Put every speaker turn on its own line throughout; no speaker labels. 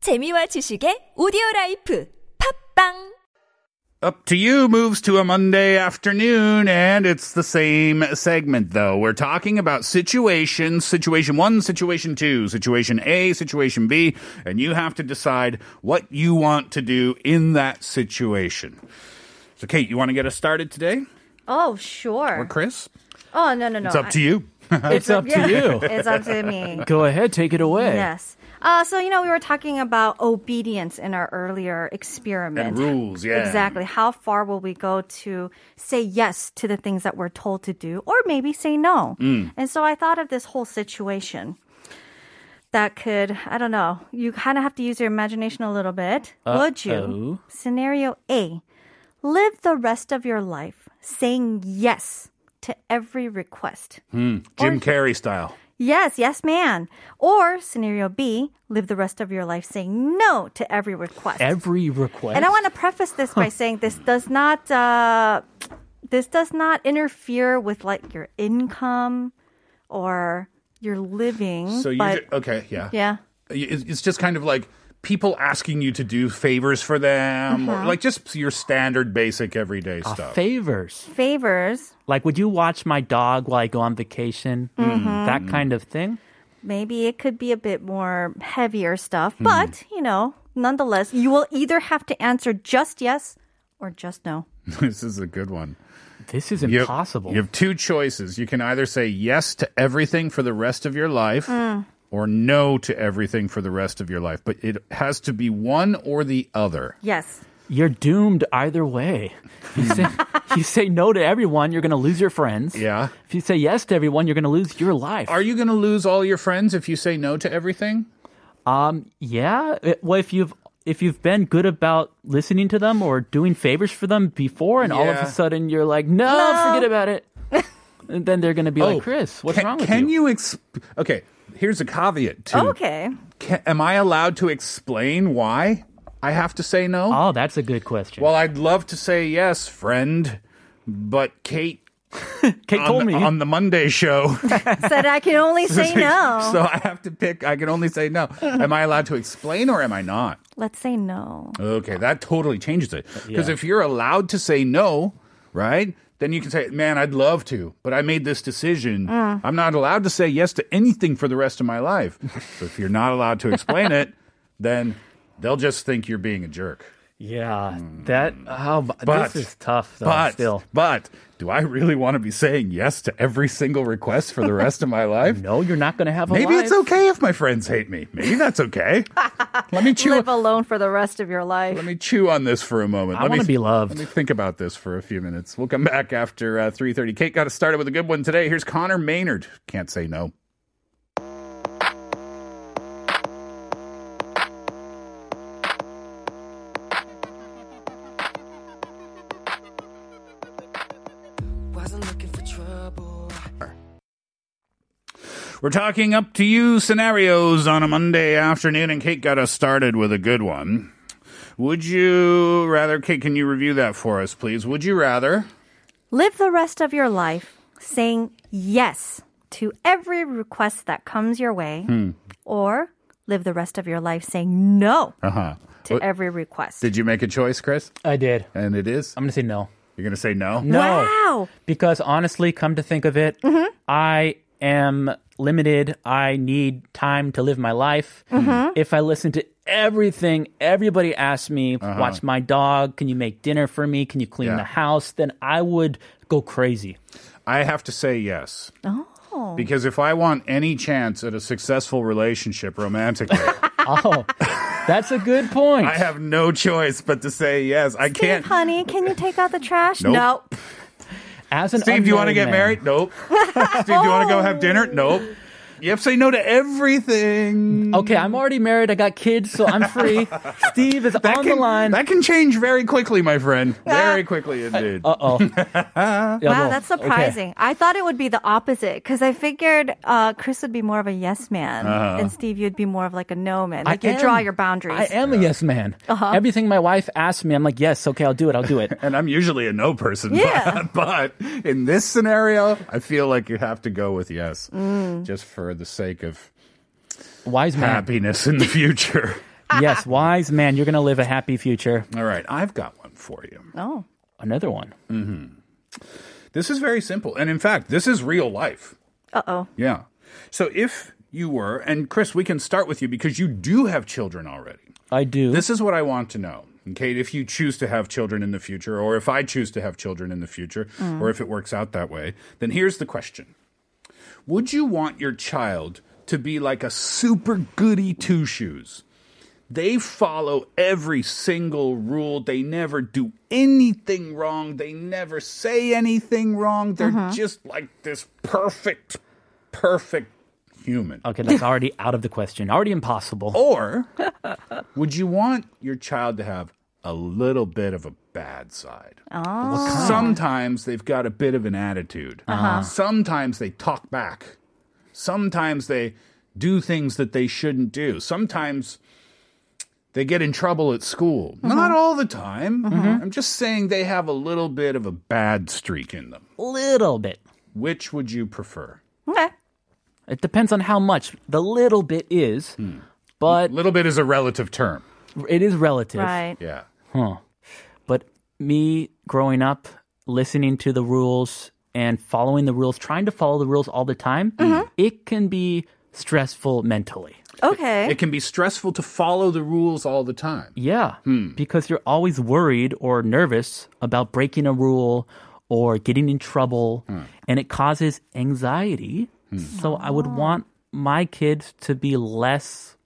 재미와 지식의 오디오 라이프 팝빵
Up to You moves to a Monday afternoon, and it's the same segment, though. We're talking about situations situation one, situation two, situation A, situation B, and you have to decide what you want to do in that situation. So, Kate, you want to get us started today?
Oh,
Or
sure.
Chris?
oh, no, no, no.
It's up to you.
It's up to you.
it's up to me.
Go ahead, take it away.
Yes. Uh, so, you know, we were talking about obedience in our earlier experiment.
And rules, yeah.
Exactly. How far will we go to say yes to the things that we're told to do or maybe say no? And so I thought of this whole situation that could, I don't know, you kind of have to use your imagination a little bit. Would you? Scenario A live the rest of your life saying yes to every request.
Jim Carrey style.
Yes, yes, man. Or scenario B, live the rest of your life saying no to every request.
Every request.
and I want to preface this by saying this does not uh, this does not interfere with like your income or your living.
So, you.
but
ju- okay, yeah.
yeah,
It's it's just kind of like people asking you to do favors for them,
Uh-huh.
or like just your standard, basic, everyday
Uh,
stuff.
favors.
favors.
Like, would you watch my dog while I go on vacation?
Mm-hmm.
That kind of thing.
Maybe it could be a bit more heavier stuff,
Hmm.
but you know, nonetheless, you will either have to answer just yes or just no.
this is a good one.
This is
You have-
impossible.
You have two choices. You can either say yes to everything for the rest of your life or no to everything for the rest of your life, but it has to be one or the other.
Yes.
You're doomed either way. You say, you say no to everyone, you're going to lose your friends.
Yeah.
If you say yes to everyone, you're going to lose your life.
Are you going to lose all your friends if you say no to everything?
um, yeah. It- Well, if you've if you've been good about listening to them or doing favors for them before, and all of
Yeah.
a sudden you're like, no, forget about it. and then they're going to be like, Chris, what's
Oh, can,
wrong with
Can you exp- Okay, here's a caveat too.
Oh, Okay.
Ca am I allowed to explain why I have to say no?
Oh, that's a good question.
well, I'd love to say yes, friend, but Kate
Kate
on,
told me.
on the Monday show
Said I can only say no.
So I have to pick. I can only say no. Am I allowed to explain or am I not?
Let's say no.
Okay, that totally changes it. Because
Yeah.
if you're allowed to say no, right, then you can say, man, I'd love to, but I made this decision.
Mm.
I'm not allowed to say yes to anything for the rest of my life. so if you're not allowed to explain it, then they'll just think you're being a jerk.
yeah, that. Oh, my-
But-
this is tough. Though,
but,
still,
but do I really want to be saying yes to every single request for the rest of my life?
no, you're not going to have a
Maybe
life.
it's okay if my friends hate me. Maybe that's okay. Let me chew
Live alone for the rest of your life.
Let me chew on this for a moment.
I
Let me-
wanna be loved.
Let me think about this for a few minutes. We'll come back after uh, three thirty. Kate got us started with a good one today. Here's Connor Maynard. Can't say no.
Wasn't looking for trouble.
We're talking up to you scenarios on a Monday afternoon, and Kate got us started with a good one. Would you rather, Kate? Can you review that for us, please? Would you rather?
Live the rest of your life saying yes to every request that comes your way,
Hmm.
or live the rest of your life saying no
Uh huh.
to every request.
Did you make a choice, Chris?
I did.
And it is.
I'm going to say no.
You're gonna say no.
Um, No.
Wow.
Because honestly, come to think of it, I am limited. I need time to live my life. If I listen to everything everybody asks me, watch my dog, can you make dinner for me? Can you clean
Uh-huh. Yeah.
the house? Then I would go crazy.
I have to say yes. Oh. Because if I want any chance at a successful relationship romantically,
Oh, that's a good point.
I have no choice but to say yes. I
Steve,
can't.
honey, can you take out the trash?
Nope.
No.
As an
Steve, do you want to get married?
unmarried man-
Nope. Steve, do you want to go have dinner? Nope. You have to say no to everything.
Okay, I'm already married. I got kids, so I'm free. Steve is on the
can,
line.
That can change very quickly, my friend. Very quickly indeed.
Uh oh.
Wow, that's surprising. I thought it would be the opposite because I figured uh, Chris would be more of a yes man
Uh-huh.
and Steve, you'd be more of like a no man. Like you draw your boundaries. Uh-huh.
I am a yes man. Everything my wife asks me, I'm like, yes, okay, I'll do it. I'll do it.
and I'm usually a no person.
Yeah.
But, but in this scenario, I feel like you have to go with yes, just for the sake of
Wise man.
happiness in the future.
yes, wise man, you're going to live a happy future.
All right, I've got one for you.
Oh.
Another one.
This is very simple. And in fact, this is real life.
Uh oh.
Yeah. So if you were, and Chris, we can start with you because you do have children already.
I do.
This is what I want to know. Okay, if you choose to have children in the future, or if I choose to have children in the future, or if it works out that way, then here's the question Would you want your child to be like a super goody two shoes? They follow every single rule. They never do anything wrong. They never say anything wrong. They're just like this perfect, perfect human.
okay, that's already out of the question. Already impossible.
Oh. Or would you want your child to have a little bit of a bad side? Sometimes they've got a bit of an attitude. Uh-huh. Sometimes they talk back. Sometimes they do things that they shouldn't do. Sometimes they get in trouble at school. Not all the time. I'm just saying they have a little bit of a bad streak in them.
Little bit.
Which would you prefer?
Okay.
It depends on how much the little bit is,
Hmm.
but
Little bit is a relative term.
it is relative.
Right.
Yeah.
But me growing up, listening to the rules and following the rules, trying to follow the rules all the time, it can be stressful mentally.
Okay.
It can be stressful to follow the rules all the time.
Yeah, because you're always worried or nervous about breaking a rule or getting in trouble, and it causes anxiety. So I would want my kids to be less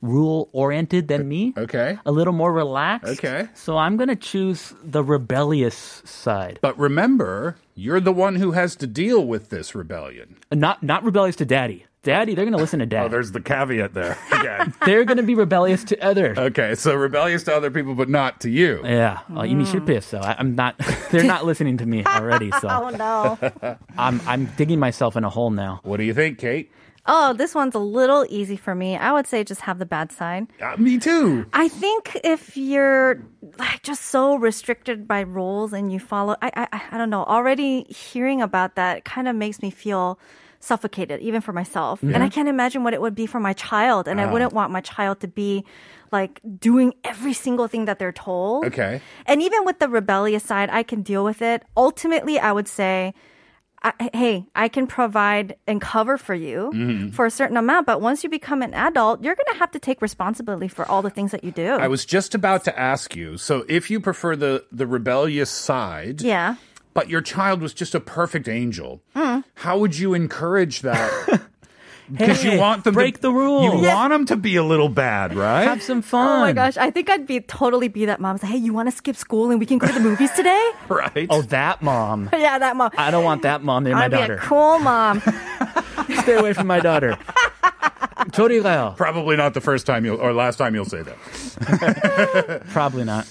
rule oriented than me.
Okay.
A little more relaxed.
Okay.
So I'm going to choose the rebellious side.
But remember, you're the one who has to deal with this rebellion.
Not not rebellious to daddy. Daddy, they're going to listen to dad.
Oh, there's the caveat there again.
they're going to be rebellious to others.
okay, so rebellious to other people, but not to you.
Yeah, well, 이미
Mm.
실패했어. I, I'm not. They're not listening to me already. So
Oh no.
I'm I'm digging myself in a hole now.
What do you think, Kate?
oh, this one's a little easy for me. I would say just have the bad side.
Uh, me too.
I think if you're like just so restricted by rules and you follow, I I, I- I don't know. Already hearing about that kind of makes me feel suffocated, even for myself. And I can't imagine what it would be for my child. And I wouldn't want my child to be like doing every single thing that they're told.
Okay.
And even with the rebellious side, I can deal with it. Ultimately, I would say, I, hey, I can provide and cover for you
Mm-hmm.
for a certain amount. But once you become an adult, you're going to have to take responsibility for all the things that you do.
I was just about to ask you. So, if you prefer the the rebellious side,
yeah.
but your child was just a perfect angel, how would you encourage that? Because
Hmm.
you
Hey,
want them
break
to,
the rules.
You want them to be a little bad, right?
Have some fun.
Oh my gosh, I think I'd be totally be that mom. It's Like, hey, you want to skip school and we can go to the movies today?
Right.
Oh, that mom.
yeah, that mom.
I don't want that mom near my
I'd be
daughter.
a cool mom.
Stay away from my daughter. 저리 가요.
Probably not the first time you'll or last time you'll say that.
Probably not.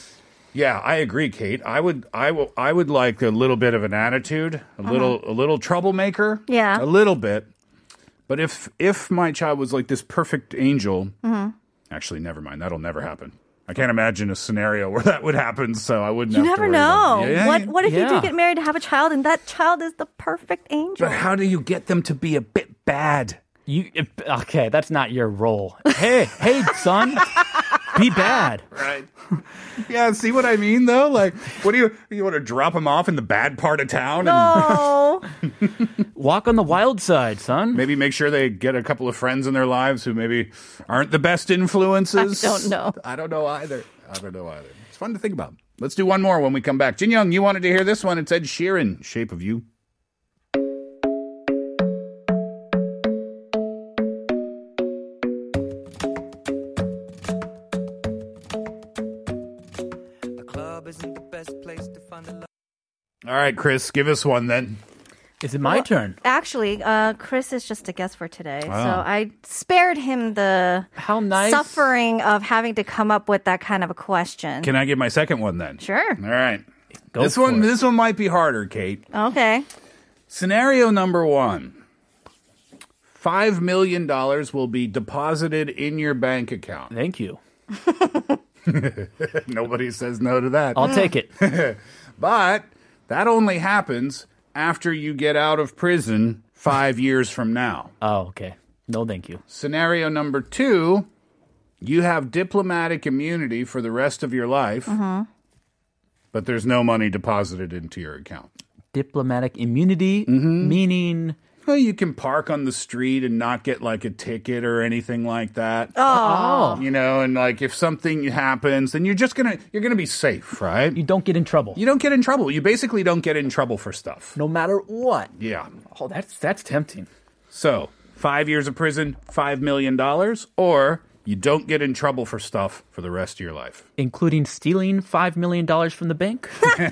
Yeah, I agree, Kate. I would, I will, I would like a little bit of an attitude, a little, a little troublemaker.
Uh-huh. Yeah.
a little bit. But if if my child was like this perfect angel,
Mm-hmm.
actually, never mind. That'll never happen. I can't imagine a scenario where that would happen. So I wouldn't.
you
have to
never
worry about
know.
it. Yeah, yeah,
what
yeah.
what if you
Yeah.
do get married and have a child and that child is the perfect angel?
But how do you get them to be a bit bad?
You okay? That's not your role. Hey, hey, son, be bad.
Right. yeah. See what I mean, though. Like, what do you you want to drop them off in the bad part of town and
Oh,
Walk on the wild side, son.
Maybe make sure they get a couple of friends in their lives who maybe aren't the best influences.
I don't know.
I don't know either. I don't know either. It's fun to think about. Let's do one more when we come back. Jin Young, you wanted to hear this one. It's Ed Sheeran, Shape of You.
The club isn't the best place to find the love.
All right, Chris, give us one then.
Is it my turn?
actually, uh, Chris is just a guest for today, so
Wow.
I spared him the
How nice.
suffering of having to come up with that kind of a question.
Can I get my second one then?
sure.
All right.
Go
this
for
one
it.
this one might be harder, Kate.
Okay.
Scenario number 1. 5 million dollars will be deposited in your bank account.
Thank you.
Nobody says no to that.
I'll
Mm.
take it.
But that only happens after you get out of prison five years from now.
Oh, okay. No, thank you.
Scenario number two you have diplomatic immunity for the rest of your life,
Uh-huh.
but there's no money deposited into your account.
Diplomatic immunity, meaning
Well, you can park on the street and not get like a ticket or anything like that.
oh,
You know, and like if something happens, then you're just gonna you're gonna be safe, right?
you don't get in trouble,
You don't get in trouble. You basically don't get in trouble for stuff.
no matter what.
Yeah.
Oh, that's that's tempting.
So five years of prison, five million dollars, or you don't get in trouble for stuff for the rest of your life.
Including stealing five million dollars from the bank.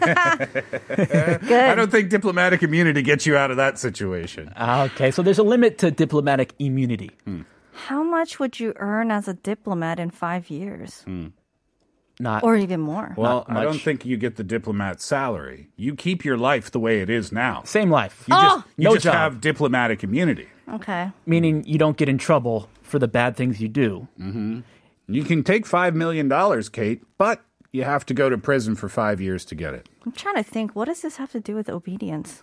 I don't think diplomatic immunity gets you out of that situation.
Ah, okay, so there's a limit to diplomatic immunity.
How much would you earn as a diplomat in five years?
Not
Or even more?
well,
not
I don't
much.
think you get the diplomat salary. You keep your life the way it is now.
same life.
You just, Oh. you
No
just
job.
have diplomatic immunity.
Okay.
meaning you don't get in trouble for the bad things you do.
You can take $5 million, Kate, but you have to go to prison for five years to get it.
I'm trying to think, what does this have to do with obedience?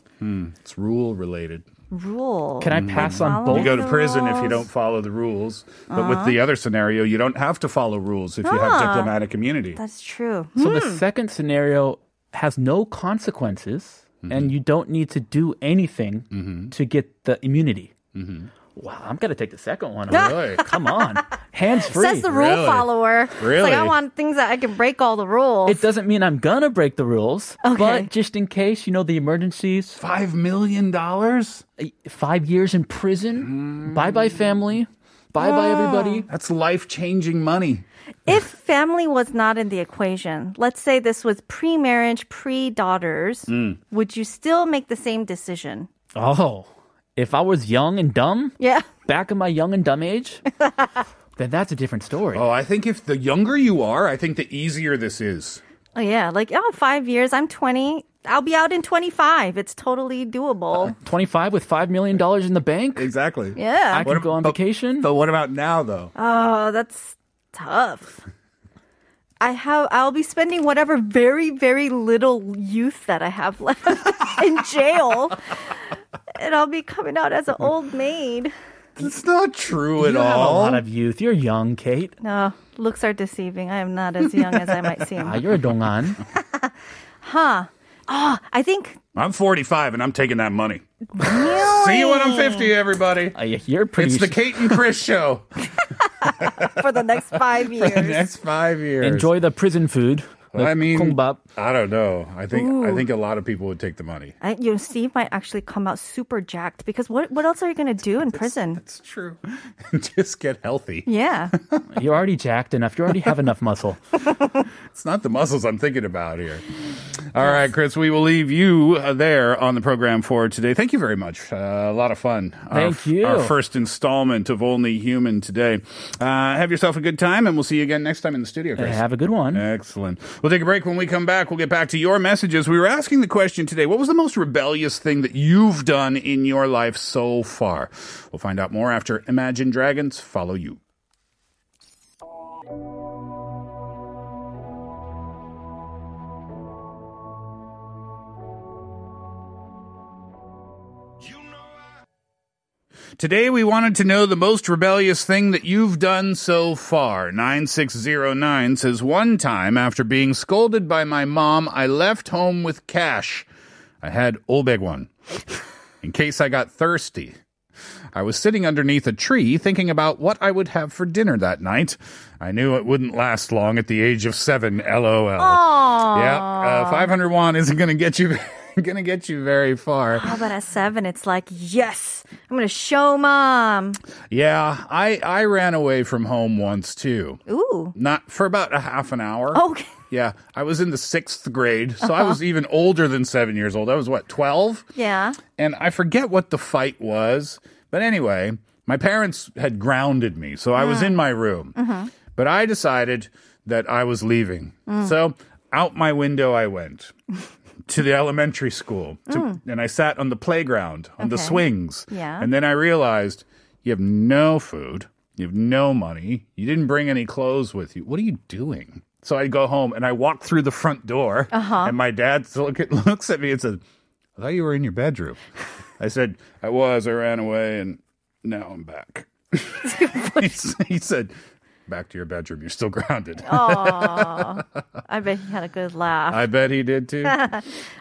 It's rule related.
Rule.
Can I pass on
follow
both?
You go to
The
prison if you
rules.
don't follow the rules. But with the other scenario, you don't have to follow rules if you have diplomatic immunity.
That's true.
So the second scenario has no consequences, and
Mm-hmm.
you don't need to do anything to get the immunity.
Mm-hmm.
Wow, I'm gonna take the second one.
Really?
Come on, hands free.
Says the rule
Really?
follower. It's
Really?
like, I want things that I can break all the rules.
it doesn't mean I'm gonna break the rules,
Okay.
but just in case, you know, the emergencies,
$5 million?
f- five years in prison, bye bye
Mm.
family, bye bye everybody.
That's life changing money.
if family was not in the equation, let's say this was pre marriage, pre daughters, would you still make the same decision?
Oh, if I was young and dumb,
Yeah.
back in my young and dumb age, then that's a different story.
Oh, I think if the younger you are, I think the easier this is.
Oh, yeah. Like, oh, five years, I'm 20. I'll be out in 25. It's totally doable.
25 with $5 million in the bank?
Exactly.
yeah.
I can go on vacation?
But what about now, though?
Oh, that's tough. I have I'll be spending whatever very very little youth that I have left in jail. And I'll be coming out as an old maid.
It's not true at
you have a
all.
lot of youth. You're young, Kate.
No, looks are deceiving. I am not as young as I might
Ah,
seem.
you're a dongan.
I think
I'm 45 and I'm taking that money. See you when I'm 50, everybody.
Ah, yeah, you're pretty.
It's the Kate and Chris show.
for the next five years.
Next five years.
Enjoy the prison food.
Well, I mean,
Kongbap.
I don't know. I think I think a lot of people would take the money.
I, you know, Steve might actually come out super jacked because what what else are you going to do in prison?
It's true. Just get healthy.
Yeah,
You're already jacked enough. You already have enough muscle.
It's not the muscles I'm thinking about here. All right, Chris, we will leave you uh, there on the program for today. Thank you very much. Uh, a lot of fun. Our-
Thank you.
Our first installment of Only Human today. Uh, have yourself a good time, and we'll see you again next time in the studio, Chris.
Have a good one.
Excellent. We'll take a break. When we come back, we'll get back to your messages. We were asking the question today what was the most rebellious thing that you've done in your life so far? We'll find out more after Imagine Dragons Follow You. Today, we wanted to know the most rebellious thing that you've done so far. 9609 says, One time, after being scolded by my mom, I left home with cash. I had Olbeg one in case I got thirsty. I was sitting underneath a tree thinking about what I would have for dinner that night. I knew it wouldn't last long at the age of seven. LOL. Yeah, uh, 500 won isn't going to get you. Gonna get you very far.
how about at seven? It's like yes, I'm going to show mom.
Yeah, I I ran away from home once too.
Ooh,
Not for about a half an hour.
okay. Uh-huh.
Yeah, I was in the sixth grade, so I was even older than seven years old. I was what twelve,
Yeah.
and I forget what the fight was. But anyway, my parents had grounded me, so I was in my room.
Uh-huh.
But I decided that I was leaving,
Mm.
so out my window I went to the elementary school, to, and I sat on the playground on the
Mm. Okay.
swings.
Yeah.
And then I realized you have no food, you have no money, you didn't bring any clothes with you. What are you doing? So I go home and I walk through the front door,
Uh-huh.
and my dad s- look at, looks at me and says, "I thought you were in your bedroom." I said, "I was. I ran away, and now I'm back." he, s- he said, back to your bedroom. You're still grounded.
Oh. I bet he had a good laugh.
I bet he did too.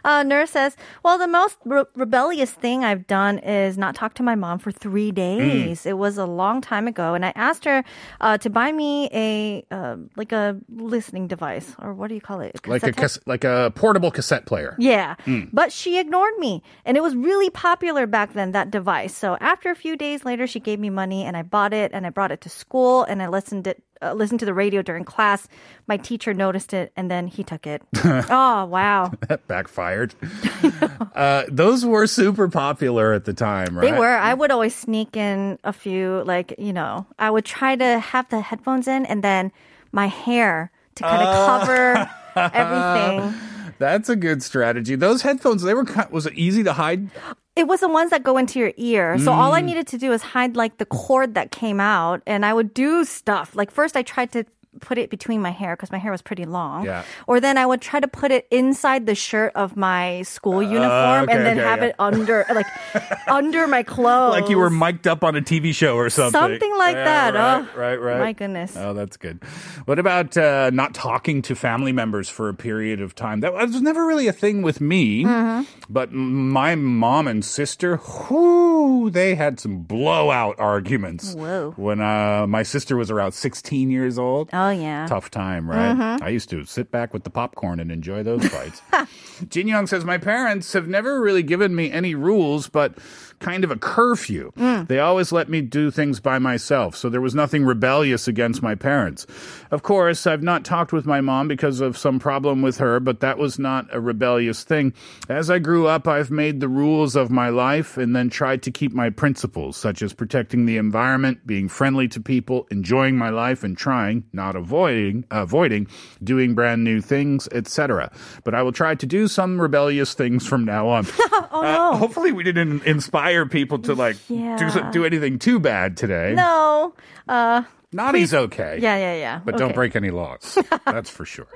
Uh, nurse says, Well, the most re- rebellious thing I've done is not talk to my mom for three days.
Mm.
It was a long time ago. And I asked her uh, to buy me a, uh, like a listening device, or what do you call it?
like a
cassette tape?
cas- like a portable cassette player.
Yeah. But she ignored me. And it was really popular back then, that device. So after a few days later, she gave me money and I bought it and I brought it to school and I listened it. Uh, listened to the radio during class. My teacher noticed it, and then he took it. oh wow!
That backfired. uh, those were super popular at the time, right?
They were. I would always sneak in a few, like, you know, I would try to have the headphones in and then my hair to kind of cover everything.
That's a good strategy. Those headphones, they were kind was it easy to hide?
It was the ones that go into your ear. So all
Mm.
I needed to do is hide, like, the cord that came out and I would do stuff. Like, first I tried to put it between my hair because my hair was pretty long.
Yeah.
Or then I would try to put it inside the shirt of my school uniform
Uh, okay,
and then
okay,
have
yeah.
it under, like, under my clothes.
Like you were mic'd up on a TV show or something.
Something like
Yeah,
that.
Right,
Oh,
right, right.
my goodness.
Oh, that's good. What about uh, not talking to family members for a period of time? That was never really a thing with me,
Mm-hmm.
but my mom and sister, whoo, they had some blowout arguments.
Whoa.
When uh, my sister was around 16 years old.
Oh, yeah.
Tough time, right? I used to sit back with the popcorn and enjoy those fights. Jin Young says, My parents have never really given me any rules, but kind of a curfew. They always let me do things by myself, so there was nothing rebellious against my parents. Of course, I've not talked with my mom because of some problem with her, but that was not a rebellious thing. As I grew up, I've made the rules of my life and then tried to keep my principles, such as protecting the environment, being friendly to people, enjoying my life, and trying, not avoiding, avoiding doing brand new things, etc. But I will try to do some rebellious things from now on. Uh,
oh no!
Hopefully, we didn't inspire people to like do,
Yeah.
do anything too bad today.
No. Uh,
Naughty's okay.
yeah, yeah, yeah.
But don't break any laws. That's for sure.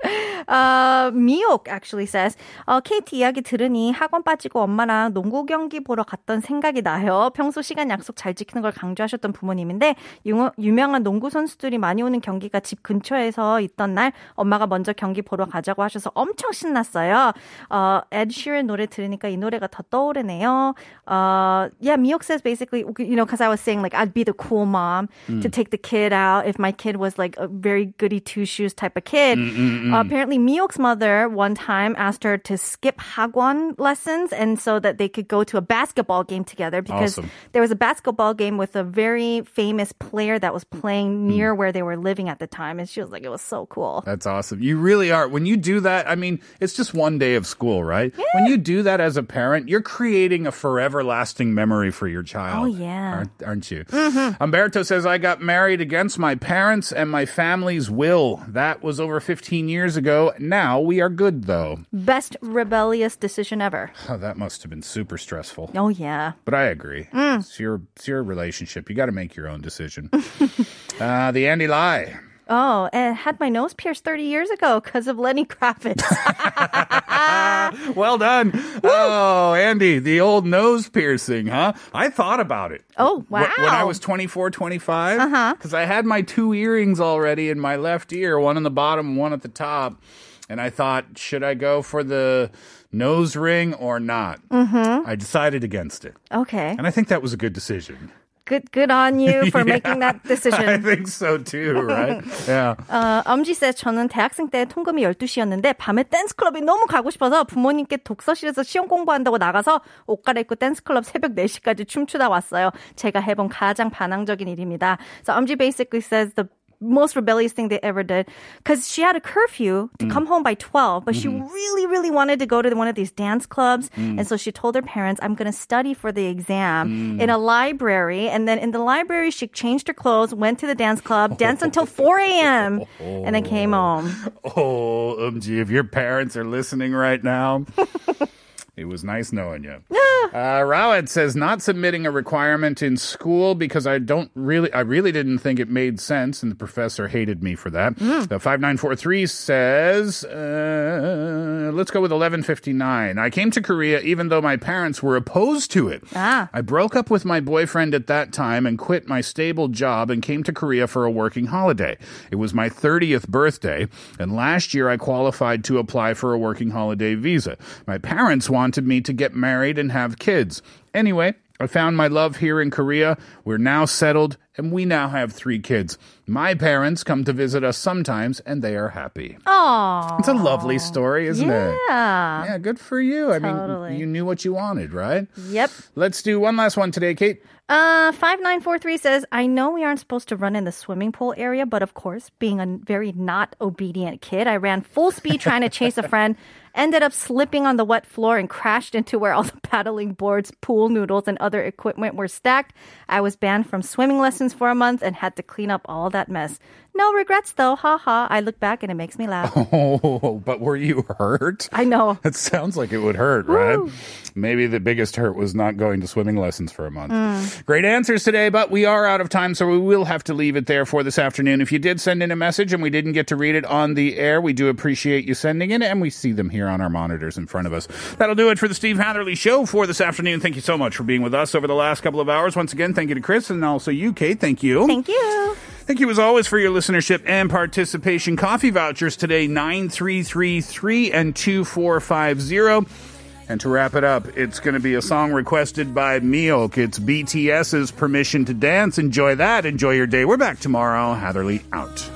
어, 미옥 actually says, 어, KT 이야기 들으니 학원 빠지고 엄마랑 농구 경기 보러 갔던 생각이 나요. 평소 시간 약속 잘 지키는 걸 강조하셨던 부모님인데 유, 유명한 농구 선수들이 많이 오는 경기가 집 근처에서 있던 날 엄마가 먼저 경기 보러 가자고 하셔서 엄청 신났어요. 어, Ed Sheeran 노래 들으니까 이 노래가 더 떠오르네요. 어, yeah, Miok says basically, you know, because I was saying like I'd be the cool mom to take the kid out if my kid was like a very goody two shoes type of kid. Uh, apparently, Miok's mother one time asked her to skip hagwon lessons and so that they could go to a basketball game together because
Awesome.
there was a basketball game with a very famous player that was playing near where they were living at the time, and she was like, it was so cool.
That's awesome. You really are. When you do that, I mean, it's just one day of school, right? When you do that as a parent, you're creating a forever lasting memory for your child.
Oh, yeah.
Aren't,
Mm-hmm.
aren't you? Umberto says, I got married against my parents and my family's will. That was over 15 years ago. Now we are good, though.
Best rebellious decision ever.
Oh, that must have been super stressful.
Oh yeah.
But I agree.
Mm.
It's your it's your relationship. You got to make your own decision. uh, the Andy Lie.
Oh, and had my nose pierced 30 years ago because of Lenny Kravitz.
Well done. Oh, Andy, the old nose piercing, huh? I thought about it.
Oh,
Wh- When I
wow.
was 24, 25, because I had my two earrings already in my left ear, one on the bottom, one at the top. And I thought, should I go for the nose ring or not? Mm-hmm. I decided against it.
okay.
And I think that was a good decision.
Good good on you for making that
I
decision.
think so too, right? yeah.
어, 엄지 says 저는 대학생 때 통금이 12시였는데 밤에 댄스 클럽이 너무 가고 싶어서 부모님께 독서실에서 시험 공부한다고 나가서 옷 갈아입고 댄스 클럽 새벽 4시까지 춤추다 왔어요. 제가 해본 가장 반항적인 일입니다. So 엄지 basically says the most rebellious thing they ever did because she had a curfew to come home by 12 but she really really wanted to go to one of these dance clubs and so she told her parents i'm going to study for the exam in a library and then in the library she changed her clothes went to the dance club danced until 4 a.m and then came home
um, Oh, OMG, if your parents are listening right now, it was nice knowing you. Uh, Rawad says not submitting a requirement in school because I don't really, I really didn't think it made sense, and the professor hated me for that. Uh, Five nine four three says, uh, let's go with eleven fifty nine. I came to Korea even though my parents were opposed to it.
Ah.
I broke up with my boyfriend at that time and quit my stable job and came to Korea for a working holiday. It was my 30th birthday, and last year I qualified to apply for a working holiday visa. My parents wanted me to get married and have kids. Anyway, I found my love here in Korea. We're now settled, and we now have three kids. My parents come to visit us sometimes, and they are happy.
Oh,
It's a lovely story, isn't it?
yeah.
Yeah, good for you. I
Totally.
mean, you knew what you wanted, right?
Yep.
Let's do one last one today, Kate.
Uh, 5943 says, I know we aren't supposed to run in the swimming pool area, but of course, being a very not obedient kid, I ran full speed trying to chase a friend, ended up slipping on the wet floor and crashed into where all the paddling boards, pool noodles, and other equipment were stacked. I was banned from swimming lessons for a month and had to clean up all that mess. No regrets though, haha. I look back and it makes me laugh.
Oh, but were you hurt?
I know.
That sounds like it would hurt, right? Maybe the biggest hurt was not going to swimming lessons for a month. Great answers today, but we are out of time, so we will have to leave it there for this afternoon. If you did send in a message and we didn't get to read it on the air, we do appreciate you sending it, and we see them here on our monitors in front of us. That'll do it for the Steve Hatherley Show for this afternoon. Thank you so much for being with us over the last couple of hours. Once again, thank you to Chris and also you, Kate. Thank you.
Thank you.
Thank you as always for your listenership and participation. Coffee vouchers today 9333 and 2450. And to wrap it up, it's going to be a song requested by Miok. It's BTS's Permission to Dance. Enjoy that. Enjoy your day. We're back tomorrow. Hatherley out.